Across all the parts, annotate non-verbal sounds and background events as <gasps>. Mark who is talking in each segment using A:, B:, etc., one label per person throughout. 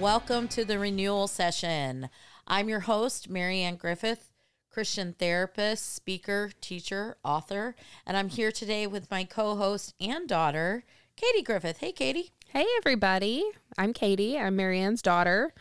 A: Welcome to the renewal session. I'm your host, Marianne Griffith, Christian therapist, speaker, teacher, author, and I'm here today with my co host and daughter, Katie Griffith. Hey, Katie.
B: Hey, everybody. I'm Katie. I'm Marianne's daughter.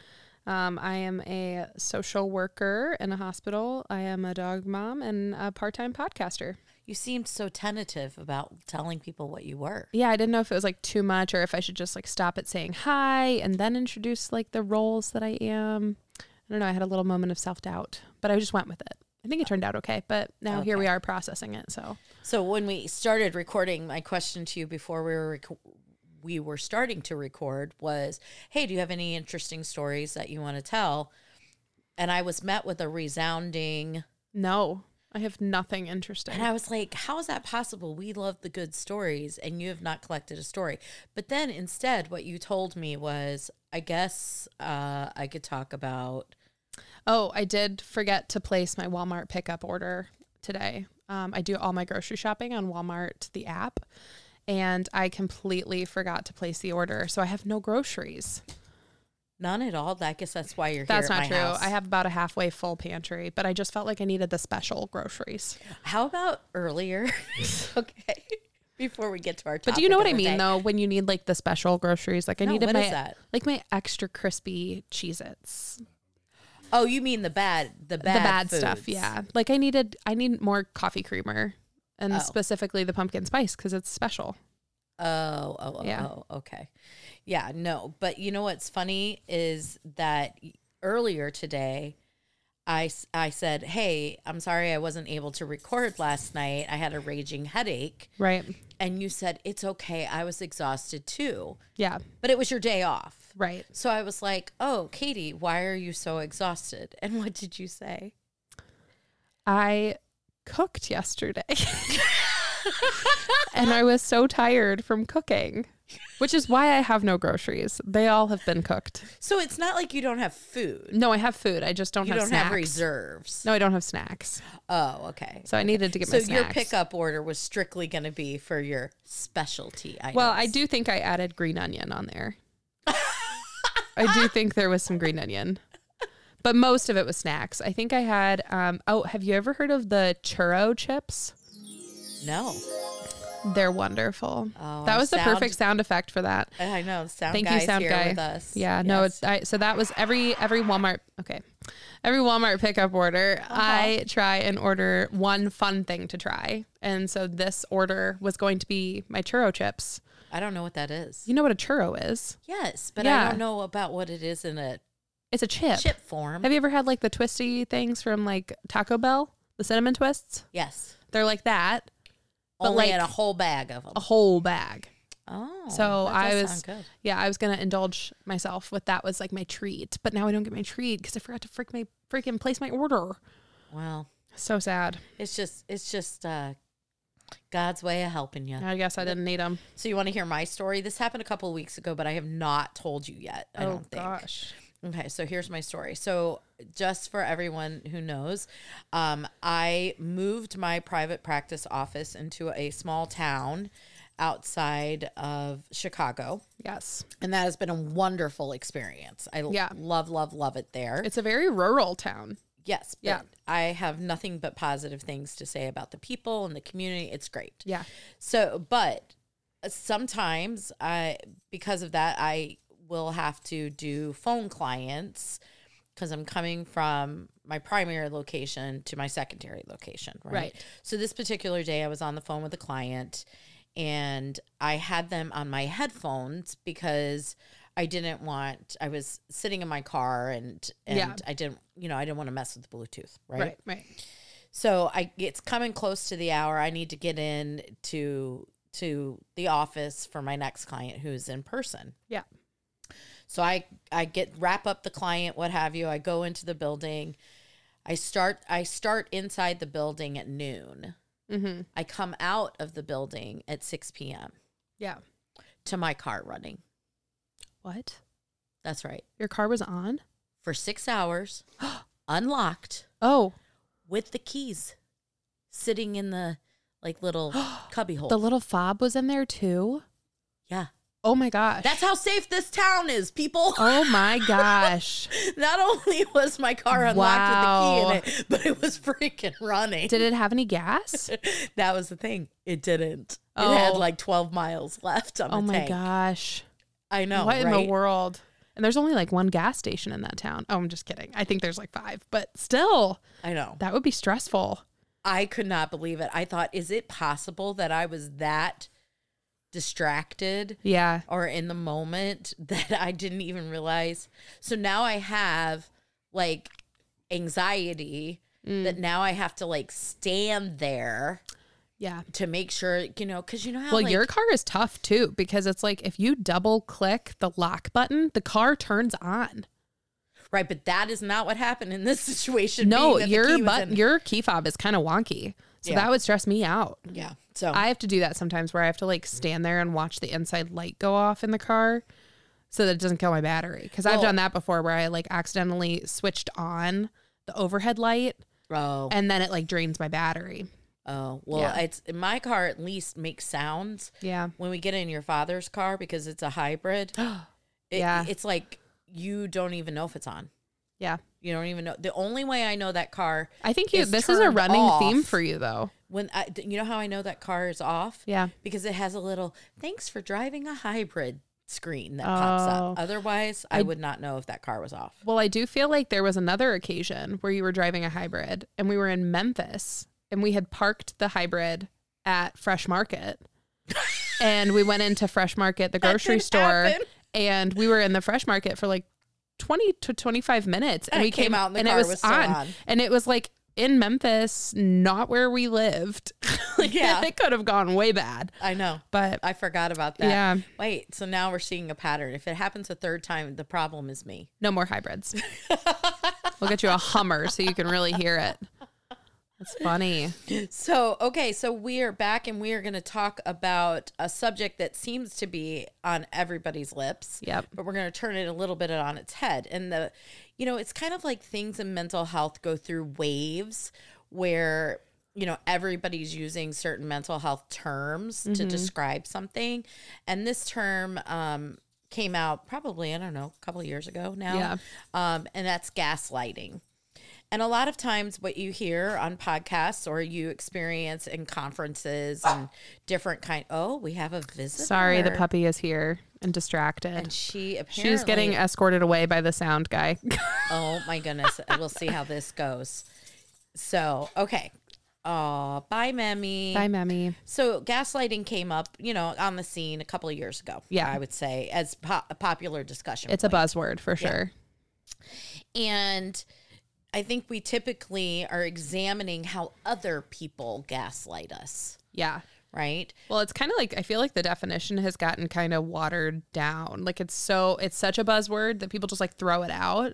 B: Um, I am a social worker in a hospital. I am a dog mom and a part time podcaster.
A: You seemed so tentative about telling people what you were.
B: Yeah, I didn't know if it was like too much or if I should just like stop at saying hi and then introduce like the roles that I am. I don't know. I had a little moment of self doubt, but I just went with it. I think it turned out okay, but now here we are processing it. So,
A: So when we started recording, my question to you before we were rec- we were starting to record was, "Hey, do you have any interesting stories that you want to tell?" And I was met with a resounding,
B: no, I have nothing interesting.
A: and I was like, "How is that possible? We love the good stories, and you have not collected a story." But then instead, what you told me was, "I guess uh, I could talk about."
B: Oh, I did forget to place my Walmart pickup order today. Um, I do all my grocery shopping on Walmart, the app, and I completely forgot to place the order. So I have no groceries.
A: None at all. I guess that's why you're
B: That's
A: here. at
B: not
A: my
B: true.
A: house.
B: I have about a halfway full pantry, but I just felt like I needed the special groceries.
A: How about earlier? <laughs> okay. Before we get to our topic.
B: But do you know what
A: of
B: I
A: the
B: mean,
A: day.
B: though, when you need like the special groceries? Like I
A: No,
B: needed
A: what
B: my
A: is that?
B: like my extra crispy Cheez Its.
A: Oh, you mean the bad, the bad,
B: the bad
A: foods.
B: stuff. Yeah, like I needed, I need more coffee creamer, and
A: Oh.
B: specifically the pumpkin spice because it's special.
A: Oh, oh, oh,
B: Yeah.
A: oh, okay. Yeah, no. But you know what's funny is that earlier today, I, s- I said, Hey, I'm sorry I wasn't able to record last night. I had a raging headache.
B: Right.
A: And you said, It's okay. I was exhausted too.
B: Yeah.
A: But it was your day off.
B: Right.
A: So I was like, Oh, Katie, why are you so exhausted? <laughs> And what did you say?
B: I cooked yesterday. and I was so tired from cooking, which is why I have no groceries. They all have been cooked.
A: So it's not like you don't have food.
B: No, I have food. I just don't
A: You
B: have
A: don't
B: snacks.
A: have reserves.
B: no, I don't have snacks.
A: Oh, okay.
B: So I needed to get
A: So
B: my snacks.
A: your pickup order was strictly going to be for your specialty items.
B: Well, I do think I added green onion on there. I do think there was some green onion. But most of it was snacks. I think I had um oh, have you ever heard of the churro chips?
A: no.
B: They're wonderful.
A: Oh,
B: that
A: our
B: was the
A: sound-
B: perfect sound effect for that.
A: I know. the Sound
B: Thank
A: guy's
B: you, sound
A: here
B: guy.
A: with us.
B: Yeah, no,
A: Yes.
B: it's I, so that was every every Walmart. Okay, every Walmart pickup order,
A: Uh-huh.
B: I try and order one fun thing to try, and so this order was going to be my churro chips.
A: I don't know what that is.
B: You know what a churro is?
A: Yes, but I
B: Yeah.
A: don't know about what it is in a
B: It's a chip.
A: chip form.
B: Have you ever had like the twisty things from like Taco Bell, the cinnamon twists?
A: yes.
B: They're like that, But,
A: Only in
B: like,
A: a whole bag of them.
B: a whole bag.
A: Oh.
B: So
A: that
B: I
A: does
B: was,
A: sound good.
B: yeah, I was gonna indulge myself with that was like my treat, but now I don't get my treat because I forgot to freak my freaking place my order.
A: Well,
B: So sad.
A: it's just it's just uh God's way of helping you.
B: I guess I didn't need them.
A: So you want to hear my story? This happened a couple of weeks ago, but I have not told you yet.
B: Oh,
A: I don't think.
B: gosh.
A: Okay, so here's my story. So, just for everyone who knows, um, I moved my private practice office into a small town outside of Chicago,
B: Yes.
A: and that has been a wonderful experience. I
B: Yeah.
A: love, love, love it there.
B: It's a very rural town.
A: yes, but
B: Yeah.
A: I have nothing but positive things to say about the people and the community. It's great.
B: Yeah.
A: So, but sometimes I, because of that, I will have to do phone clients because I'm coming from my primary location to my secondary location. Right?
B: Right.
A: So, this particular day, I was on the phone with a client and I had them on my headphones because. I didn't want. I was sitting in my car, and and
B: Yeah.
A: I didn't, you know, I didn't want to mess with the Bluetooth, right?
B: Right. Right.
A: So I it's coming close to the hour. I need to get in to to the office for my next client who's in person.
B: Yeah.
A: So I I get wrap up the client, what have you. I go into the building. I start I start inside the building at noon.
B: Mm-hmm.
A: I come out of the building at 6 p.m.
B: Yeah.
A: to my car running.
B: What?
A: That's right.
B: Your car was on?
A: For 6 hours <gasps> unlocked
B: Oh,
A: with the keys sitting in the like little <gasps> cubby hole.
B: the little fob was in there too.
A: yeah.
B: Oh my
A: <laughs>
B: gosh.
A: That's how safe this town is, people.
B: oh my gosh.
A: <laughs> Not only was my car unlocked with the key in it, but it was <laughs> freaking running.
B: Did it have
A: <laughs>
B: any gas?
A: that was the thing. It didn't. It had
B: Oh.
A: like 12 miles left on
B: Oh
A: the
B: my
A: tank.
B: gosh.
A: I know,
B: what in
A: right?
B: the world? And there's only like one gas station in that town. Oh, I'm just kidding. I think there's like five, but still,
A: I know.
B: that would be stressful.
A: I could not believe it. I thought, is it possible that I was that distracted
B: Yeah.
A: or in the moment <laughs> that I didn't even realize? So now I have like anxiety
B: Mm.
A: that now I have to like stand there
B: Yeah.
A: to make sure, you know, because you know how
B: Well,
A: like,
B: your car is tough too because it's like if you double click the lock button, the car turns on.
A: right, but that is not what happened in this <laughs> situation.
B: No,
A: being that the key
B: your
A: was
B: but
A: in-
B: your key fob is kind of wonky. So
A: Yeah.
B: that would stress me out.
A: yeah. So
B: I have to do that sometimes where I have to like stand there and watch the inside light go off in the car so that it doesn't kill my battery. Because I've
A: Well-
B: done that before where I like accidentally switched on the overhead light
A: oh,
B: and then it like drains my battery.
A: oh, well,
B: Yeah.
A: it's my car at least makes sounds.
B: Yeah.
A: when we get in your father's car because it's a
B: <gasps>
A: hybrid. it,
B: Yeah.
A: it's like you don't even know if it's on.
B: Yeah.
A: You don't even know. The only way I know that car
B: I think you
A: It's
B: this is a
A: turned
B: running theme
A: off.
B: for you though.
A: when I, you know how I know that car is off
B: Yeah.
A: because it has a little "Thanks for driving a hybrid" screen that pops up.
B: Oh.
A: Otherwise, I, would not know if that car was off.
B: Well, I do feel like there was another occasion where you were driving a hybrid and we were in Memphis and we had parked the hybrid at
A: <laughs>
B: Fresh Market. and we went into Fresh Market, the grocery
A: didn't
B: store,
A: happen.
B: and we were in the Fresh Market for like 20 to 25 minutes. And,
A: And
B: we
A: it came out and the
B: and it
A: car
B: was,
A: was still
B: on,
A: on.
B: And it was like in Memphis, not where we lived. <laughs> like,
A: Yeah.
B: It could have gone way bad.
A: I know.
B: But
A: I forgot about that.
B: Yeah.
A: Wait. So now we're seeing a pattern. If it happens a third time, the problem is me.
B: No more hybrids. we'll get you a Hummer so you can really hear it. That's funny.
A: So, okay, so we are back and we are going to talk about a subject that seems to be on everybody's lips.
B: Yep.
A: But we're going to turn it a little bit on its head. And the, you know, it's kind of like things in mental health go through waves where, you know, everybody's using certain mental health terms to
B: Mm-hmm.
A: describe something. And this term, um, came out probably i don't know a couple of years ago now
B: Yeah.
A: um, and that's gaslighting and a lot of times, what you hear on podcasts or you experience in conferences and different kind. Oh, we have a visitor.
B: Sorry, the puppy is here and distracted.
A: And she apparently.
B: She's getting escorted away by the sound
A: <laughs>
B: guy.
A: Oh my goodness! we'll see how this goes. So okay. Oh, bye, Memmy.
B: Bye, Memmy.
A: So gaslighting came up, you know, on the scene a couple of years ago.
B: Yeah.
A: I would say as po- a popular discussion.
B: It's a buzzword for sure.
A: And I think we typically are examining how other people gaslight us,
B: Yeah.
A: right?
B: Well, it's kind of like I feel like the definition has gotten kind of watered down. Like it's so it's such a buzzword that people just like throw it out,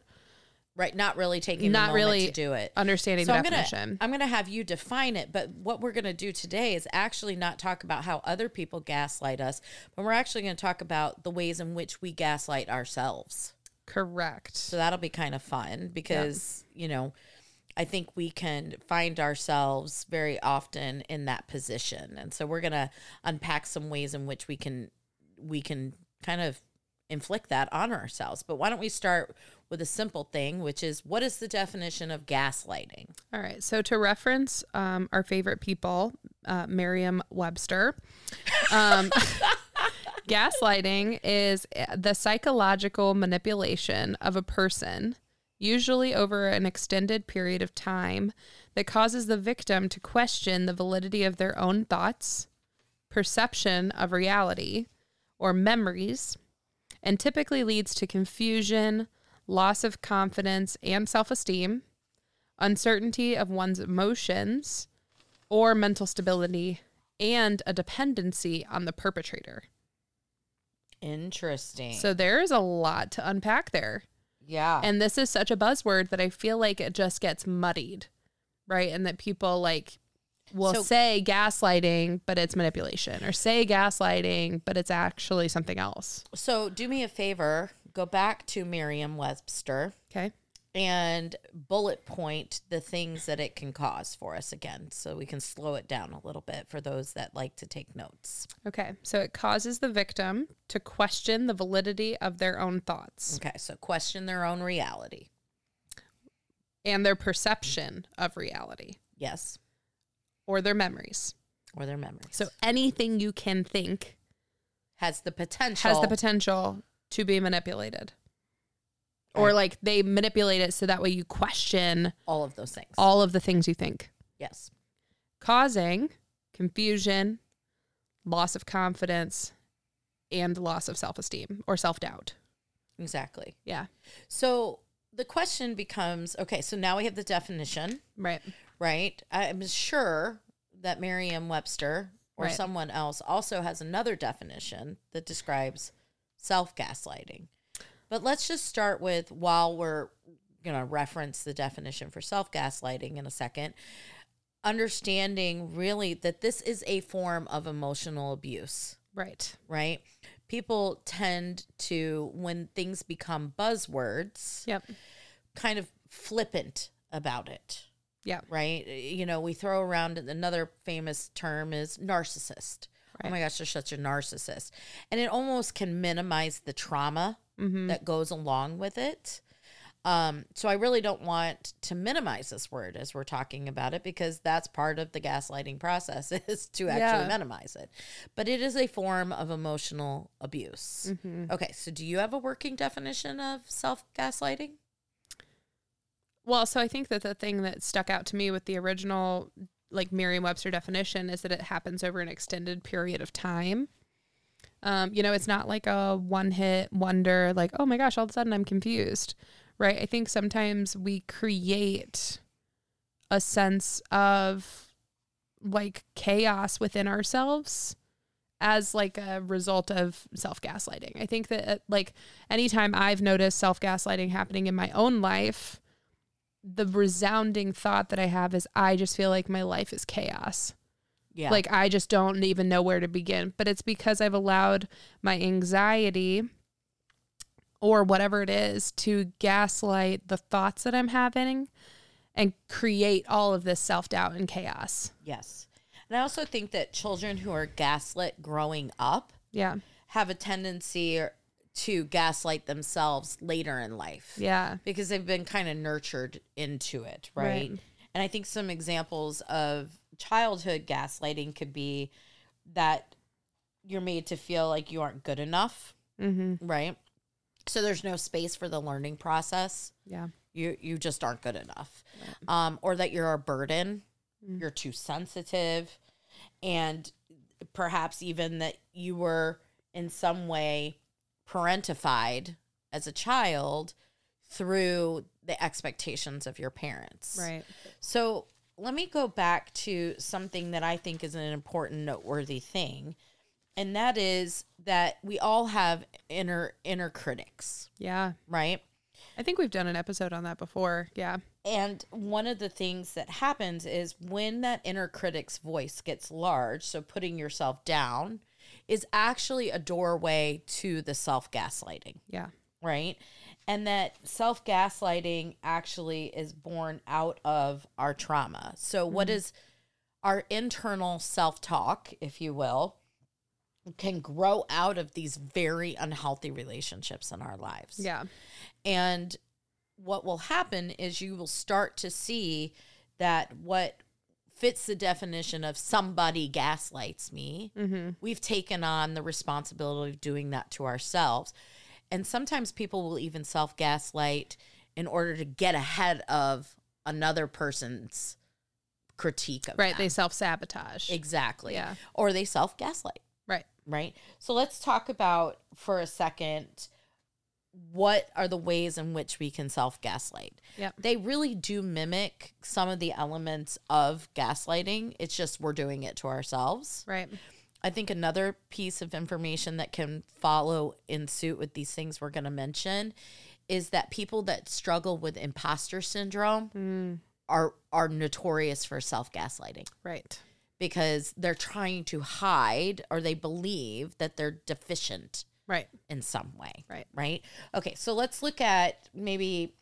A: right not really taking not
B: Not
A: the moment
B: really
A: to do it
B: understanding
A: so
B: the
A: i'm gonna
B: definition.
A: i'm gonna have you define it but what we're gonna do today is actually not talk about how other people gaslight us but we're actually gonna talk about the ways in which we gaslight ourselves
B: Correct.
A: so that'll be kind of fun because you know i think we can find ourselves very often in that position and so we're gonna unpack some ways in which we can we can kind of inflict that on ourselves but why don't we start with a simple thing which is what is the definition of gaslighting
B: All right. So to reference um, our favorite people, uh, Merriam-Webster, um, <laughs> gaslighting is uh, the psychological manipulation of a person, usually over an extended period of time, that causes the victim to question the validity of their own thoughts, perception of reality, or memories, and typically leads to confusion, loss of confidence, and self-esteem uncertainty of one's emotions or mental stability and a dependency on the perpetrator.
A: interesting
B: So there is a lot to unpack there.
A: yeah
B: And this is such a buzzword that I feel like it just gets muddied, right? And that people like will
A: So-
B: say gaslighting, but it's manipulation, or say gaslighting, but it's actually something else.
A: so do me a favor go back to merriam-webster
B: Okay.
A: and bullet point the things that it can cause for us again so we can slow it down a little bit for those that like to take notes.
B: Okay. So it causes the victim to question the validity of their own thoughts
A: Okay, so question their own reality.
B: and their perception of reality
A: Yes,
B: or their memories.
A: or their memories.
B: So anything you can think
A: has the potential
B: has the potential to be manipulated. Or
A: Right.
B: like they manipulate it so that way you question
A: all of those things.
B: all of the things you think,
A: yes.
B: causing confusion, loss of confidence, and loss of self esteem or self doubt.
A: Exactly.
B: Yeah.
A: So the question becomes okay, so now we have the definition,
B: Right.
A: right? I'm sure that Merriam Webster or
B: Right.
A: someone else also has another definition that describes self gaslighting. But let's just start with while we're going to reference the definition for self gaslighting in a second, understanding really that this is a form of emotional abuse.
B: Right.
A: right? People tend to, when things become buzzwords,
B: Yep.
A: kind of flippant about it,
B: Yep.
A: right? Eh, You know, we throw around another famous term is narcissist. Oh my gosh, you're such a narcissist. And it almost can minimize the trauma that goes along with it. Um, so I really don't want to minimize this word as we're talking about it because that's part of the gaslighting <laughs> process is to actually
B: Yeah.
A: minimize it. But it is a form of emotional abuse. Okay, so do you have a working definition of self gaslighting?
B: Well, so I think that the thing that stuck out to me with the original, like Merriam Webster definition, is that it happens over an extended period of time. Um, you know, it's not like a one hit wonder, like, oh my gosh, all of a sudden I'm confused, right? I think sometimes we create a sense of like chaos within ourselves as like a result of self gaslighting. I think that uh, like anytime I've noticed self gaslighting happening in my own life, the resounding thought that I have is I just feel like my life is chaos.
A: Yeah.
B: Like I just don't even know where to begin. But it's because I've allowed my anxiety or whatever it is to gaslight the thoughts that I'm having and create all of this self doubt and chaos.
A: yes. And I also think that children who are gaslit growing up
B: Yeah.
A: have a tendency to gaslight themselves later in life.
B: Yeah.
A: because they've been kind of nurtured into it, right?
B: Right.
A: And I think some examples of childhood gaslighting could be that you're made to feel like you aren't good enough,
B: Mm-hmm.
A: right? So there's no space for the learning process.
B: Yeah.
A: You you just aren't good enough, um, or that you're a burden. You're too sensitive, and perhaps even that you were in some way parentified as a child through the expectations of your parents.
B: Right.
A: So let me go back to something that I think is an important, noteworthy thing, and that is that we all have inner inner critics,
B: Yeah.
A: right?
B: I think we've done an episode on that before. Yeah.
A: And one of the things that happens is when that inner critic's voice gets large, so putting yourself down is actually a doorway to the self gaslighting,
B: Yeah.
A: right? And that self gaslighting actually is born out of our trauma. So, what is our internal self talk, if you will, can grow out of these very unhealthy relationships in our lives.
B: Yeah.
A: And what will happen is you will start to see that what fits the definition of somebody gaslights me,
B: Mm-hmm.
A: we've taken on the responsibility of doing that to ourselves. And sometimes people will even self gaslight in order to get ahead of another person's critique of
B: Right.
A: them.
B: They self sabotage.
A: exactly
B: Yeah.
A: or they self gaslight
B: Right.
A: right? So let's talk about for a second what are the ways in which we can self gaslight.
B: Yep.
A: They really do mimic some of the elements of gaslighting. It's just we're doing it to ourselves.
B: Right.
A: I think another piece of information that can follow in suit with these things we're going to mention is that people that struggle with imposter syndrome are are notorious for self gaslighting
B: Right.
A: because they're trying to hide or they believe that they're deficient
B: Right.
A: in some way.
B: Right.
A: Right. Okay. So let's look at maybe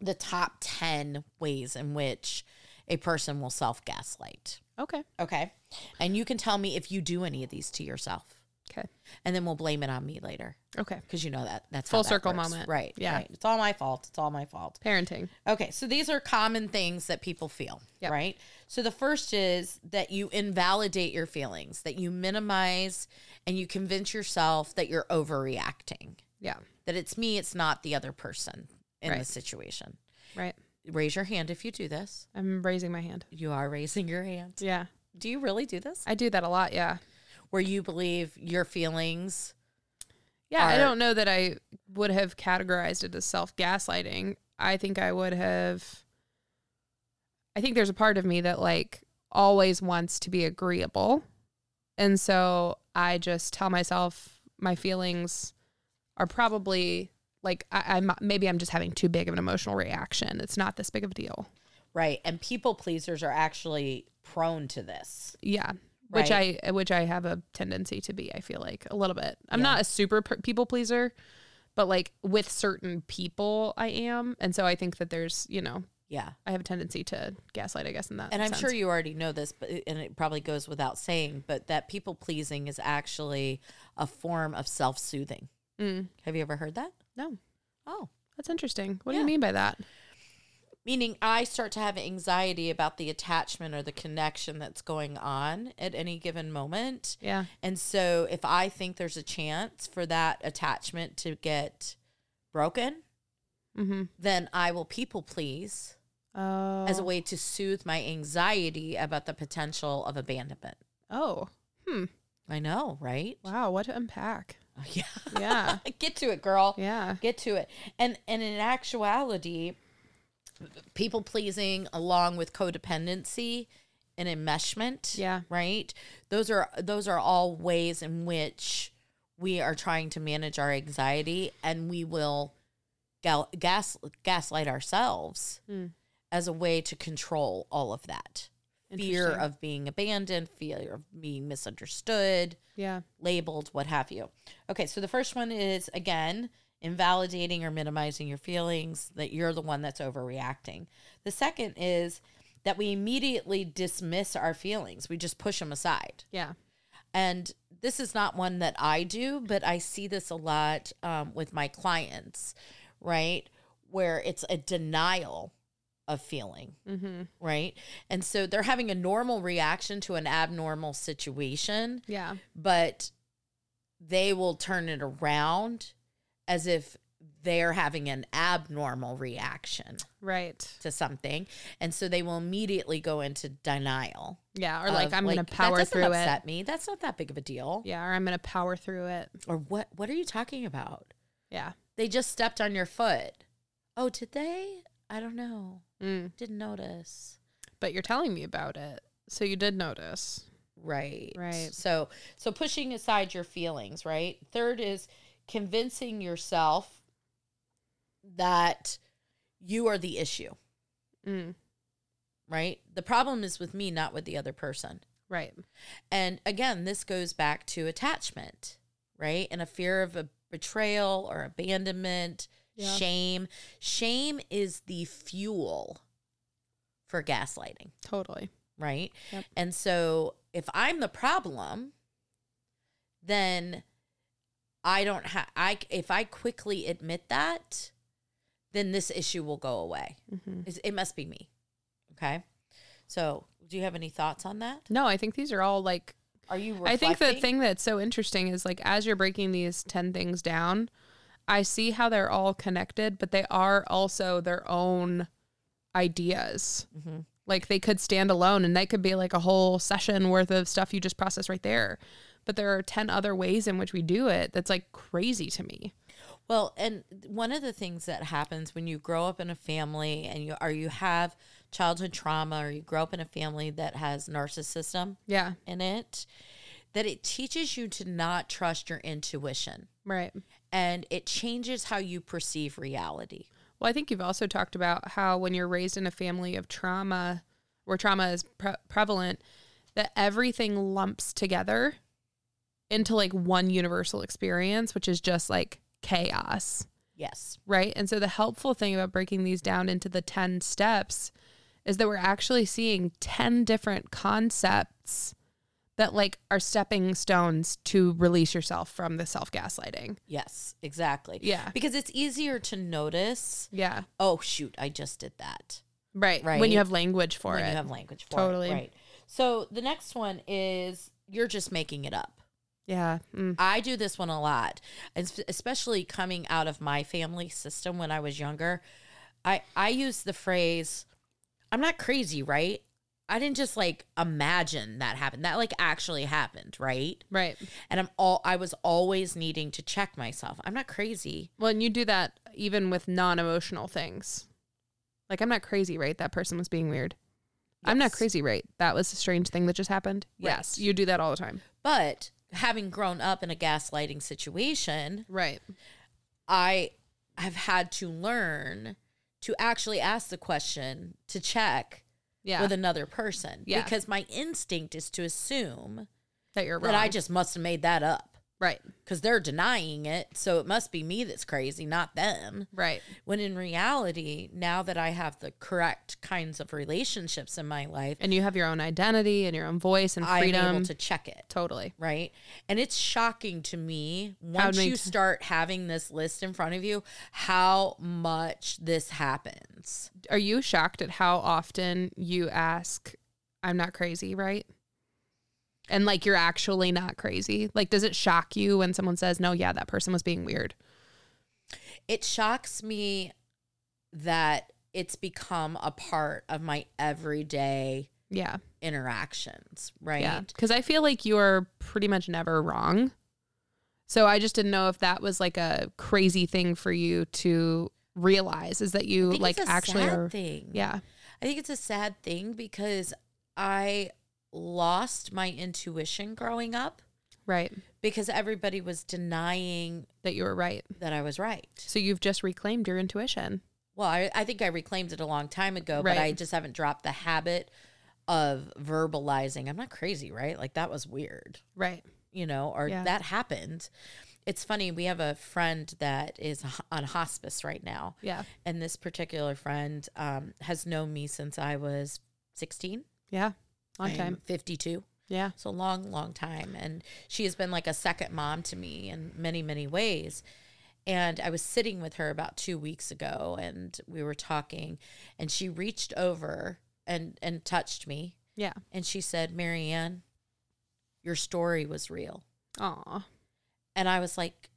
A: the top 10 ways in which a person will self gaslight.
B: Okay.
A: Okay. And you can tell me if you do any of these to yourself.
B: Okay.
A: And then we'll blame it on me later
B: Okay.
A: because you know that that's
B: Full
A: how that
B: circle
A: works.
B: moment.
A: Right.
B: Yeah.
A: Right. It's all my fault. It's all my fault.
B: Parenting.
A: Okay. So these are common things that people feel.
B: Yep.
A: Right. So the first is that you invalidate your feelings, that you minimize and you convince yourself that you're overreacting,
B: Yeah.
A: that it's me, it's not the other person in the
B: Right.
A: situation.
B: Right.
A: Raise your hand if you do this.
B: I'm raising my hand.
A: You are raising your hand.
B: Yeah.
A: Do you really do this?
B: I do that a lot. Yeah.
A: Where you believe your feelings.
B: Yeah. I
A: Are-
B: don't know that I would have categorized it as self gaslighting. I think I would have. I think there's a part of me that like always wants to be agreeable. And so I just tell myself my feelings are probably like I, I'm maybe I'm just having too big of an emotional reaction. It's not this big of a deal.
A: Right. And people pleasers are actually prone to this.
B: Yeah. Which I which I have a tendency to be, I feel like a little bit. I'm not a super per- people pleaser, but like with certain people I am. And so I think that there's, you know,
A: Yeah.
B: I have a tendency to gaslight, I guess, in that.
A: And I'm
B: sense.
A: sure you already know this, but and it probably goes without saying, but that people pleasing is actually a form of self soothing.
B: Mm.
A: Have you ever heard that?
B: No.
A: Oh.
B: That's interesting. What do
A: Yeah.
B: you mean by that?
A: Meaning I start to have anxiety about the attachment or the connection that's going on at any given moment.
B: Yeah.
A: And so if I think there's a chance for that attachment to get broken,
B: Mm-hmm.
A: then I will people please
B: Oh.
A: as a way to soothe my anxiety about the potential of abandonment.
B: oh. Hmm.
A: I know, right?
B: Wow. What to unpack?
A: <laughs> Yeah. <laughs>
B: Yeah.
A: Get to it, girl.
B: yeah.
A: Get to it. And and in actuality, people pleasing along with codependency and enmeshment,
B: Yeah.
A: right? Those are those are all ways in which we are trying to manage our anxiety and we will gal- gas gaslight ourselves
B: Hmm.
A: as a way to control all of that. fear
B: Interesting.
A: of being abandoned, fear of being misunderstood,
B: Yeah.
A: labeled, what have you. Okay, so the first one is again, invalidating or minimizing your feelings that you're the one that's overreacting. The second is that we immediately dismiss our feelings, we just push them aside.
B: Yeah.
A: And this is not one that I do, but I see this a lot um, with my clients, right? Where it's a denial of feeling
B: Mm-hmm.
A: right? And so they're having a normal reaction to an abnormal situation,
B: Yeah.
A: but they will turn it around as if they're having an abnormal reaction
B: Right.
A: to something. And so they will immediately go into denial.
B: Yeah. Or like
A: of,
B: I'm gonna
A: "That
B: power
A: doesn't
B: through
A: upset me. That's not that big of a deal.
B: it. Yeah. Or I'm gonna power through it.
A: Or what what are you talking about?
B: Yeah.
A: They just stepped on your foot. Oh, did they? I don't know.
B: Mm.
A: Didn't notice.
B: but you're telling me about it. So you did notice.
A: Right.
B: Right.
A: So so pushing aside your feelings, right? Third is convincing yourself that you are the issue,
B: Mm,
A: right? The problem is with me, not with the other person.
B: right.
A: And again, this goes back to attachment, right? And a fear of a betrayal or abandonment,
B: Yeah.
A: shame. Shame is the fuel for gaslighting.
B: Totally.
A: right?
B: Yep.
A: And so if I'm the problem, then I don't have I if I quickly admit that, then this issue will go away.
B: Mm-hmm.
A: It's- It must be me. Okay? So, do you have any thoughts on that?
B: No, I think these are all like,
A: Are you
B: I think the
A: reflecting?
B: thing that's so interesting is like, as you're breaking these 10 things down, I see how they're all connected, but they are also their own ideas.
A: Mhm.
B: Like they could stand alone and that could be like a whole session worth of stuff you just process right there. But there are 10 other ways in which we do it that's like crazy to me.
A: Well, and one of the things that happens when you grow up in a family and you or you have childhood trauma or you grow up in a family that has narcissism,
B: Yeah.
A: in it that it teaches you to not trust your intuition
B: Right.
A: and it changes how you perceive reality.
B: Well, I think you've also talked about how when you're raised in a family of trauma, where trauma is pre- prevalent, that everything lumps together into like one universal experience, which is just like chaos.
A: Yes.
B: right? And so the helpful thing about breaking these down into the 10 steps is that we're actually seeing 10 different concepts that like are stepping stones to release yourself from the self-gaslighting.
A: Yes. Exactly.
B: Yeah.
A: Because it's easier to notice.
B: Yeah.
A: Oh shoot! I just did that.
B: Right.
A: Right.
B: When you have language for
A: when
B: it.
A: you have language for
B: Totally.
A: it. Right. So the next one is you're just making it up.
B: yeah. Mm.
A: I do this one a lot, and sp- especially coming out of my family system when I was younger. I I use the phrase, "I'm not crazy, right?" I didn't just like imagine that happened. That like actually happened, right?
B: Right.
A: And I'm all I was always needing to check myself. I'm not crazy.
B: Well, and you do that even with non-emotional things. Like I'm not crazy, right? That person was being weird. I'm not
A: Yes.
B: crazy, right? That was a strange thing that just happened.
A: Right.
B: Yes, you do that all the time.
A: But having grown up in a gaslighting situation,
B: Right.
A: I have had to learn to actually ask the question to check
B: Yeah.
A: with another person
B: Yeah.
A: because my instinct is to assume
B: that you're wrong.
A: that I just must have made that up
B: right.
A: because they're denying it. So it must be me that's crazy, not them.
B: Right.
A: When in reality, now that I have the correct kinds of relationships in my life,
B: and you have your own identity and your own voice and
A: I'm
B: freedom.
A: able to check it.
B: totally.
A: right? And it's shocking to me once
B: many
A: you
B: ti-
A: start having this list in front of you how much this happens.
B: Are you shocked at how often you ask, "I'm not crazy, right?" And like you're actually not crazy. Like, does it shock you when someone says, "No, yeah, that person was being weird"?
A: It shocks me that it's become a part of my everyday
B: Yeah,
A: interactions, right?
B: yeah. Because I feel like you're pretty much never wrong. So I just didn't know if that was like a crazy thing for you to realize is that
A: I
B: you
A: think
B: like
A: it's a
B: actually
A: sad
B: are.
A: thing.
B: Yeah,
A: I think it's a sad thing because I lost my intuition growing up
B: right.
A: because everybody was denying
B: That you were right.
A: that I was right.
B: So you've just reclaimed your intuition.
A: Well, I, I think I reclaimed it a long time ago, but I
B: Right.
A: just haven't dropped the habit of verbalizing. I'm not crazy, right? Like that was weird,
B: Right.
A: you know, or
B: Yeah.
A: that happened. It's funny. We have a friend that is h- on hospice right now,
B: Yeah.
A: and this particular friend um, has known me since I was 16.
B: Yeah. Long
A: I am
B: time.
A: 52.
B: Yeah.
A: So long, long time. And she has been like a second mom to me in many, many ways. And I was sitting with her about two weeks ago and we were talking and she reached over and, and touched me
B: Yeah.
A: and she said, Marianne, your story was real.
B: Aw.
A: And I was like,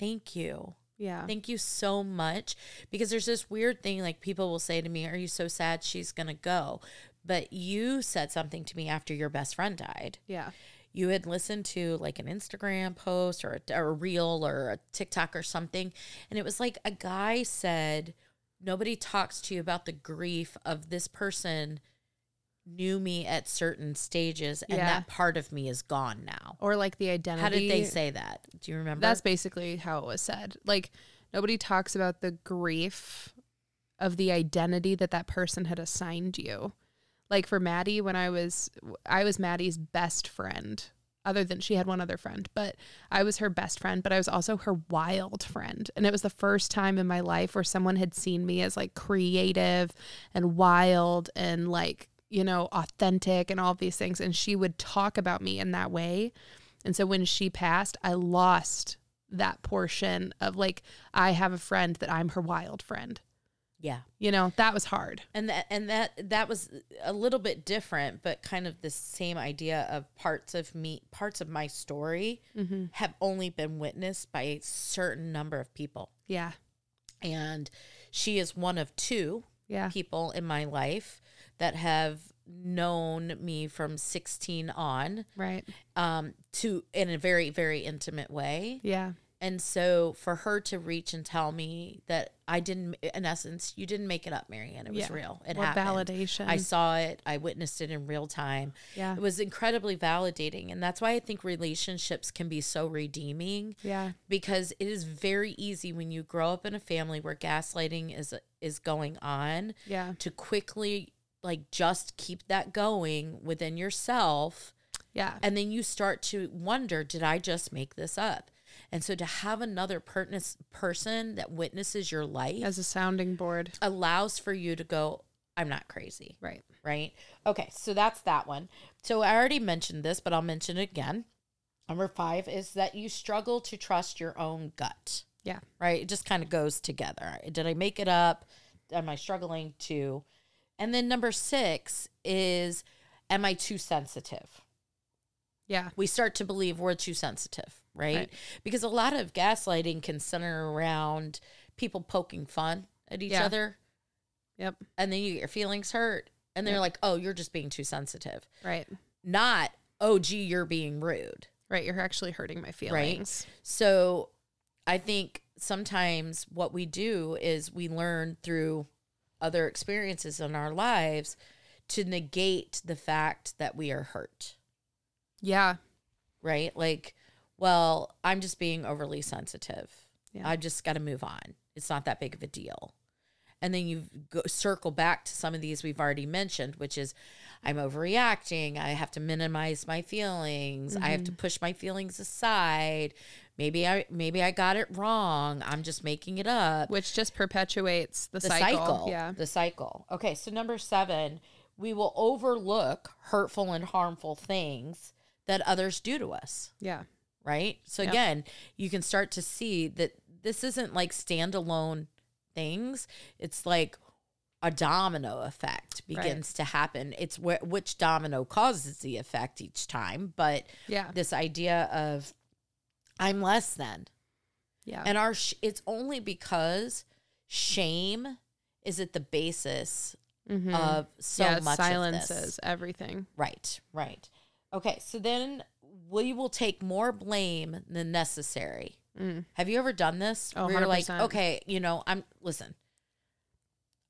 A: Thank you.
B: Yeah.
A: Thank you so much. Because there's this weird thing like people will say to me, Are you so sad she's gonna go? But you said something to me after your best friend died
B: Yeah.
A: you had listened to like an Instagram post or a, or a reel or a TikTok or something. And it was like a guy said, Nobody talks to you about the grief of this person knew me at certain stages and
B: Yeah.
A: that part of me is gone now.
B: Or like the identity.
A: How did they say that? Do you remember?
B: That's basically how it was said. Like nobody talks about the grief of the identity that that person had assigned you. Like for Maddie, when I was, I was Maddie's best friend. Other than she had one other friend, but I was her best friend, but I was also her wild friend. And it was the first time in my life where someone had seen me as like creative and wild and like, you know, authentic and all of these things. And she would talk about me in that way. And so when she passed, I lost that portion of like, I have a friend that I'm her wild friend.
A: yeah.
B: You know, that was hard.
A: And that and that that was a little bit different, but kind of the same idea of parts of me parts of my story
B: Mm-hmm.
A: have only been witnessed by a certain number of people.
B: Yeah.
A: And she is one of two
B: Yeah.
A: people in my life that have known me from 16 on
B: Right.
A: um, to in a very, very intimate way.
B: Yeah.
A: And so for her to reach and tell me that I didn't, in essence, you didn't make it up, Marianne. It was
B: Yeah.
A: real. It
B: Or
A: happened.
B: validation.
A: I saw it. I witnessed it in real time.
B: Yeah.
A: It was incredibly validating. And that's why I think relationships can be so redeeming
B: yeah.
A: because it is very easy when you grow up in a family where gaslighting is is going on
B: Yeah.
A: to quickly like just keep that going within yourself
B: Yeah.
A: and then you start to wonder did i just make this up And so to have another pertness, person that witnesses your life
B: as a sounding board.
A: allows for you to go, I'm not crazy,
B: Right.
A: right? Okay, so that's that one. So I already mentioned this, but I'll mention it again. Number five is that you struggle to trust your own gut,
B: Yeah.
A: right? It just kind of goes together. Did I make it up? Am I struggling to? And then number six is, am I too sensitive?
B: Yeah.
A: we start to believe we're too sensitive, right?
B: Right.
A: Because a lot of gaslighting can center around people poking fun at each
B: Yeah.
A: other,
B: Yep.
A: and then you get your feelings hurt, and they're like, "Oh, you're just being too sensitive,"
B: Right.
A: not "Oh, gee, you're being rude."
B: Right. You're actually hurting my feelings.
A: So, I think sometimes what we do is we learn through other experiences in our lives to negate the fact that we are hurt.
B: Yeah.
A: right? Like, well, I'm just being overly sensitive.
B: Yeah.
A: I've just got to move on. It's not that big of a deal. And then you go, circle back to some of these we've already mentioned, which is I'm overreacting. I have to minimize my feelings. I have to
B: Mm-hmm.
A: push my feelings aside. Maybe I maybe I got it wrong. I'm just making it up
B: Which just perpetuates the,
A: the
B: cycle.
A: cycle.
B: Yeah.
A: The cycle. Okay, so number seven, we will overlook hurtful and harmful things that others do to us,
B: Yeah.
A: right? So
B: Yep.
A: again, you can start to see that this isn't like standalone things. It's like a domino effect
B: Right.
A: begins to happen. It's wh- which domino causes the effect each time, but
B: Yeah.
A: this idea of I'm less than,
B: Yeah.
A: and our sh- it's only because shame is at the basis
B: mm-hmm.
A: of so
B: yeah.
A: much
B: silences
A: of this.
B: everything.
A: Right, right. Okay, so then we will take more blame than necessary.
B: Mm.
A: Have you ever done this?
B: Oh,
A: where you're like,
B: 100%.
A: okay, you know, I'm listen.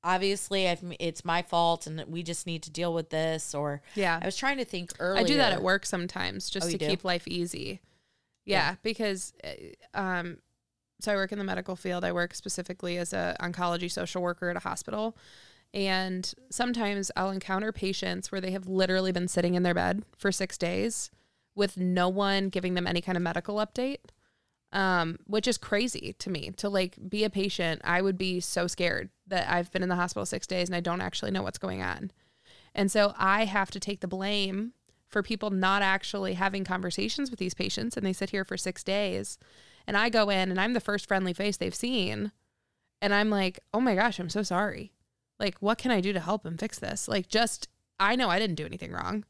A: Obviously, I've, it's my fault, and we just need to deal with this. Or
B: Yeah.
A: I was trying to think earlier.
B: I do that at work sometimes just
A: Oh,
B: to
A: you do?
B: keep life easy. Yeah, because uh, um so I work in the medical field. I work specifically as a oncology social worker at a hospital. And sometimes I'll encounter patients where they have literally been sitting in their bed for 6 days with no one giving them any kind of medical update. Um, which is crazy to me to like be a patient. I would be so scared that I've been in the hospital six days and I don't actually know what's going on. And so I have to take the blame for people not actually having conversations with these patients. And they sit here for six days. And I go in and I'm the first friendly face they've seen. And I'm like, oh my gosh, I'm so sorry. Like, what can I do to help and fix this? Like, just, I know I didn't do anything wrong,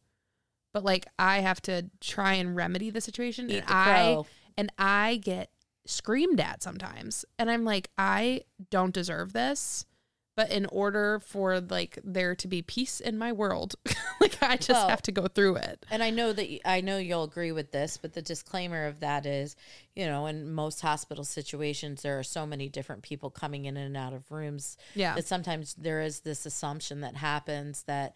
B: but like, I have to try and remedy the situation.
A: Eat
B: and
A: the
B: I,
A: crow.
B: and I get screamed at sometimes. And I'm like, I don't deserve this but in order for like there to be peace in my world <laughs> like i just
A: Well-
B: have to go through it
A: And I know that y- I know you'll agree with this, but the disclaimer of that is, you know, in most hospital situations, there are so many different people coming in and out of rooms
B: yeah
A: that sometimes there is this assumption that happens that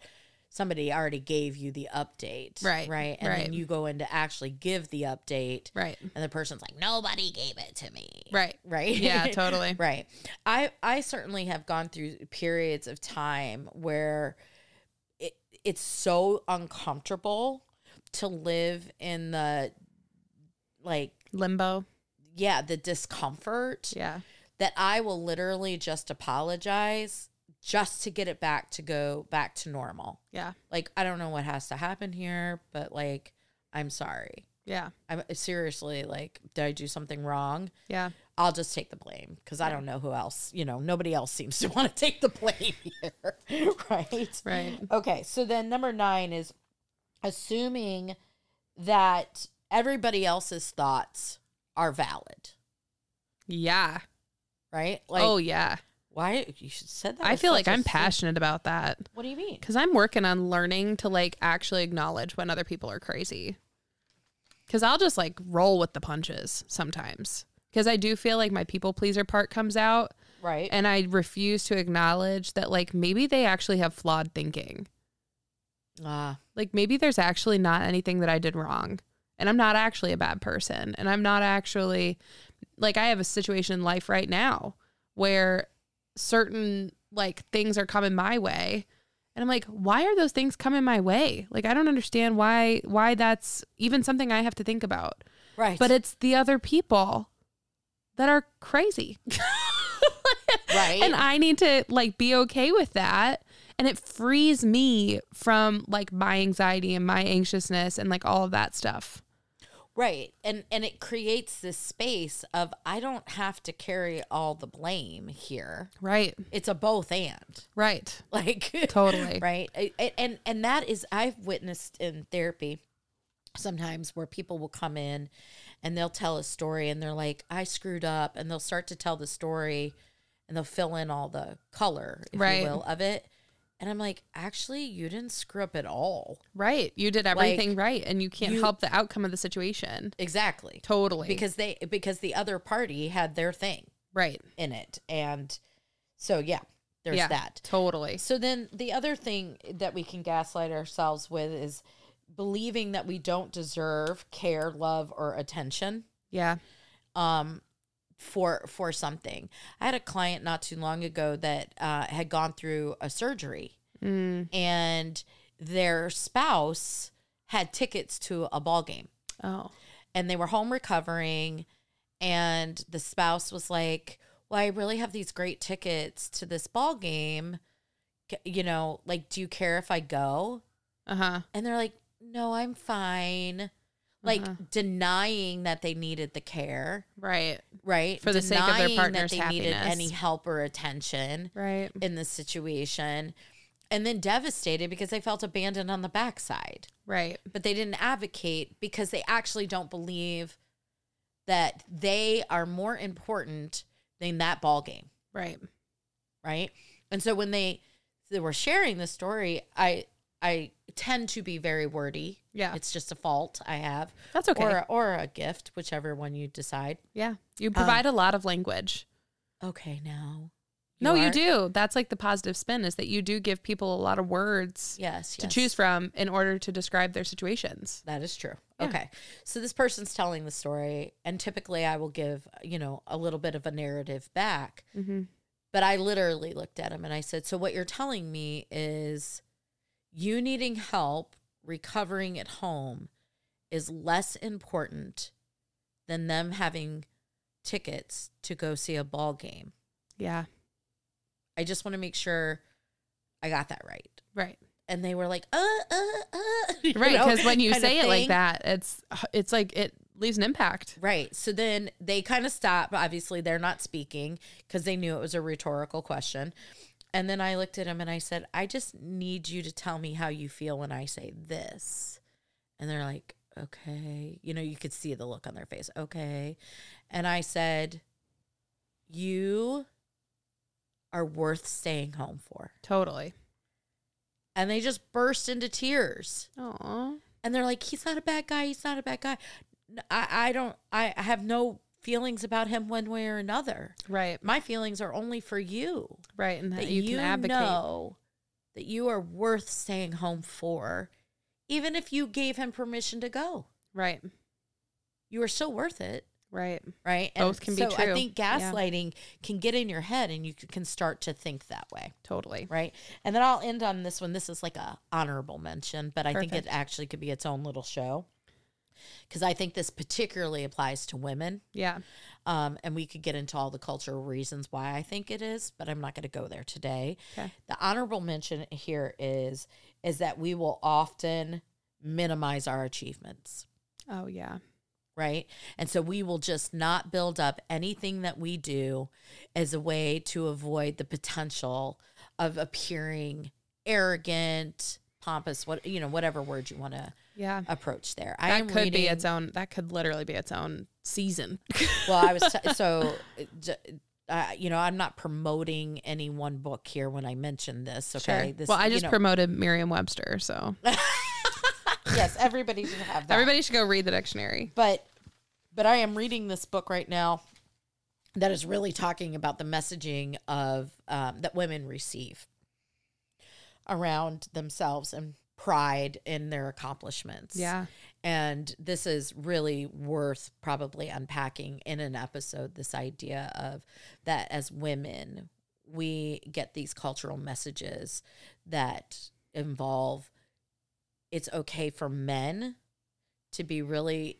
A: somebody already gave you the update,
B: Right,
A: Right, and
B: right.
A: then you go in to actually give the update,
B: right
A: and the person's like, nobody gave it to me,
B: right
A: right? <laughs>
B: <laughs> yeah totally
A: Right. I I certainly have gone through periods of time where it it's so uncomfortable to live in the like
B: limbo
A: yeah, the discomfort
B: yeah
A: that I will literally just apologize just to get it back to go back to normal.
B: yeah
A: Like I don't know what has to happen here, but like I'm sorry.
B: yeah
A: I'm seriously like did I do something wrong?
B: yeah
A: I'll just take the blame because I don't know who else, you know, nobody else seems to <laughs> want to take the blame <laughs> here. right.
B: right
A: Okay. So then number nine is assuming that everybody else's thoughts are valid,
B: yeah
A: right? Like,
B: oh yeah
A: why you should said that?
B: i
A: with
B: feel
A: such
B: like
A: a
B: i'm
A: sim-
B: passionate about that
A: What do you mean?
B: because i'm working on learning to like actually acknowledge when other people are crazy because i'll just like roll with the punches sometimes because i do feel like my people pleaser part comes out
A: Right.
B: and I refuse to acknowledge that like maybe they actually have flawed thinking.
A: Ah,
B: Like maybe there's actually not anything that I did wrong. And I'm not actually a bad person. And I'm not actually like I have a situation in life right now where certain like things are coming my way. And I'm like, why are those things coming my way? Like I don't understand why why that's even something I have to think about.
A: Right.
B: but it's the other people that are crazy.
A: right.
B: and I need to like be okay with that. And it frees me from like my anxiety and my anxiousness and like all of that stuff.
A: right. And and it creates this space of I don't have to carry all the blame here.
B: Right.
A: It's a both and.
B: Right.
A: <laughs> Like
B: Totally.
A: right I- I- and and that is i've witnessed in therapy sometimes where people will come in and they'll tell a story and they're like i screwed up and they'll start to tell the story and they'll fill in all the color if
B: Right.
A: you will of it and i'm like actually you didn't screw up at all
B: Right. You did everything right and you can't
A: you-
B: help the outcome of the situation.
A: exactly
B: Totally.
A: because they because the other party had their thing
B: right.
A: in it and so yeah there's
B: yeah.
A: that
B: Totally.
A: So then the other thing that we can gaslight ourselves with is believing that we don't deserve care, love, or attention
B: Yeah.
A: um, for for something. I had a client not too long ago that uh, had gone through a surgery,
B: Mm.
A: and their spouse had tickets to a ball game,
B: Oh.
A: and they were home recovering, and the spouse was like, "Well, I really have these great tickets to this ball game." C- You know, like, do you care if I go?
B: Uh huh.
A: and they're like, "No, I'm fine." Like
B: Uh-huh.
A: denying that they needed the care,
B: Right.
A: right?
B: For the sake of their
A: Denying
B: partner's
A: that they needed
B: happiness.
A: any help or attention
B: Right.
A: in this situation, and then devastated because they felt abandoned on the backside.
B: Right.
A: But they didn't advocate because they actually don't believe that they are more important than that ball game
B: Right.
A: right? And so when they they were sharing the story, I I tend to be very wordy.
B: Yeah.
A: it's just a fault I have,
B: That's okay.
A: or or a gift, whichever one you decide.
B: yeah. You provide a lot of language.
A: Okay, now.
B: no, you
A: are-
B: do. That's like the positive spin is that you do give people a lot of words
A: Yes,
B: to choose from in order to describe their situations.
A: That is true.
B: Yeah.
A: Okay. So this person's telling the story, and typically I will give, you know, a little bit of a narrative back.
B: Mm-hmm.
A: But I literally looked at him and I said, So what you're telling me is you needing help recovering at home is less important than them having tickets to go see a ball game.
B: Yeah.
A: I just want to make sure I got that right.
B: Right.
A: And they were like, uh, uh, uh. <laughs> you
B: Right.
A: know,
B: Because when <laughs> you
A: kind of
B: say it like
A: thing.
B: that, it's it's like it leaves an impact.
A: Right. So then they kind of stop. Obviously, they're not speaking because they knew it was a rhetorical question. And then I looked at him and I said, I just need you to tell me how you feel when I say this. And they're like, okay. You know, you could see the look on their face. Okay. And I said, You are worth staying home for.
B: Totally.
A: And they just burst into tears
B: Oh.
A: and they're like, he's not a bad guy. He's not a bad guy. N- I, I don't, I, I have no feelings about him one way or another.
B: Right.
A: My feelings are only for you.
B: Right. And that,
A: That
B: you,
A: you,
B: can advocate.
A: know that you are worth staying home for, even if you gave him permission to go.
B: Right.
A: You are still worth it.
B: Right.
A: Right.
B: Both can be
A: so I
B: true.
A: think
B: Yeah.
A: gaslighting can get in your head and you c- can start to think that way.
B: Totally.
A: Right. And then I'll end on this one. This is like a honorable mention, but I think
B: Perfect.
A: it actually could be its own little show. Because I think this particularly applies to women.
B: Yeah.
A: Um, and we could get into all the cultural reasons why I think it is, but I'm not going to go there today.
B: Okay.
A: The honorable mention here is is that we will often minimize our achievements,
B: Oh yeah.
A: right? And so we will just not build up anything that we do as a way to avoid the potential of appearing arrogant, pompous, what you know, whatever word you want to
B: Yeah.
A: approach there. I
B: That
A: am
B: could be
A: reading-
B: its own. That could literally be its own season.
A: Well, I
B: <laughs>
A: was t- so, j- uh, you know, I'm not promoting any one book here when I mention this. Okay,
B: Sure.
A: this,
B: well, I
A: you
B: just
A: know-
B: promoted Merriam-Webster,
A: <laughs>
B: so
A: yes, everybody should
B: <laughs>
A: have that.
B: everybody should go read the dictionary.
A: but but I am reading this book right now that is really talking about the messaging of um, that women receive around themselves and pride in their accomplishments.
B: Yeah.
A: And this is really worth probably unpacking in an episode this idea of that as women, we get these cultural messages that involve it's okay for men to be really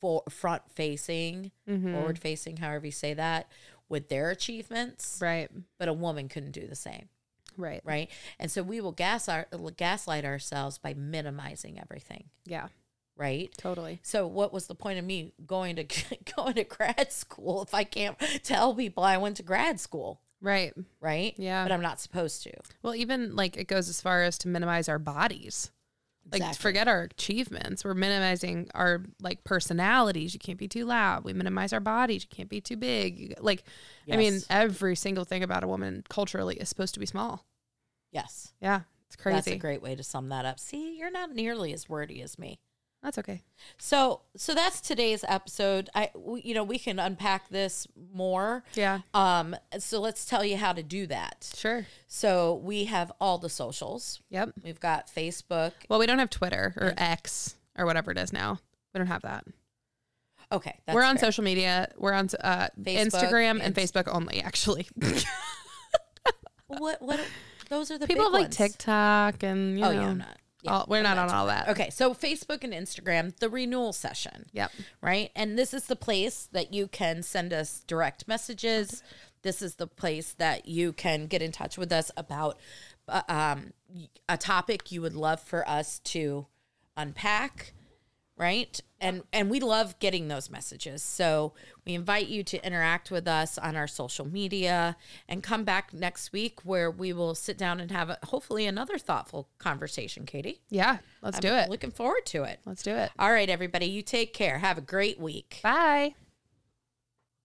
A: for front facing,
B: Mm-hmm.
A: forward facing, however you say that, with their achievements,
B: Right.
A: but a woman couldn't do the same,
B: Right.
A: right? And so we will gas our gaslight ourselves by minimizing everything,
B: Yeah.
A: right?
B: Totally.
A: So what was the point of me going to <laughs> going to grad school if I can't tell people I went to grad school,
B: Right.
A: right?
B: Yeah.
A: But I'm not supposed to.
B: Well, even like it goes as far as to minimize our bodies. Like
A: Exactly.
B: forget our achievements. We're minimizing our like personalities. You can't be too loud. We minimize our bodies. You can't be too big. You, like I mean,
A: Yes.
B: every single thing about a woman culturally is supposed to be small.
A: Yes.
B: Yeah. It's crazy.
A: That's a great way to sum that up. See, you're not nearly as wordy as me.
B: That's okay.
A: So, so that's today's episode. I, we, you know, we can unpack this more.
B: Yeah.
A: Um, so let's tell you how to do that.
B: Sure.
A: So we have all the socials.
B: Yep.
A: We've got Facebook.
B: Well, we don't have Twitter or X or whatever it is now. We don't have that.
A: Okay, that's
B: We're on
A: fair.
B: social media. We're on uh,
A: Facebook,
B: Instagram and
A: Inst-
B: Facebook only,
A: <laughs>
B: actually.
A: What? What? Those are the
B: People
A: big
B: have like
A: ones.
B: TikTok and you
A: Oh,
B: know,
A: yeah, I'm not. Yeah,
B: all- we're
A: I'm
B: not on all that.
A: Okay, so Facebook and Instagram, the renewal session.
B: Yep.
A: right? And this is the place that you can send us direct messages. This is the place that you can get in touch with us about uh, um, y- a topic you would love for us to unpack, right? And and we love getting those messages. So we invite you to interact with us on our social media and come back next week where we will sit down and have a, hopefully another thoughtful conversation. Katie,
B: Yeah. Let's do it.
A: looking forward to it.
B: Let's do it.
A: All right, everybody, you take care. Have a great week.
B: Bye.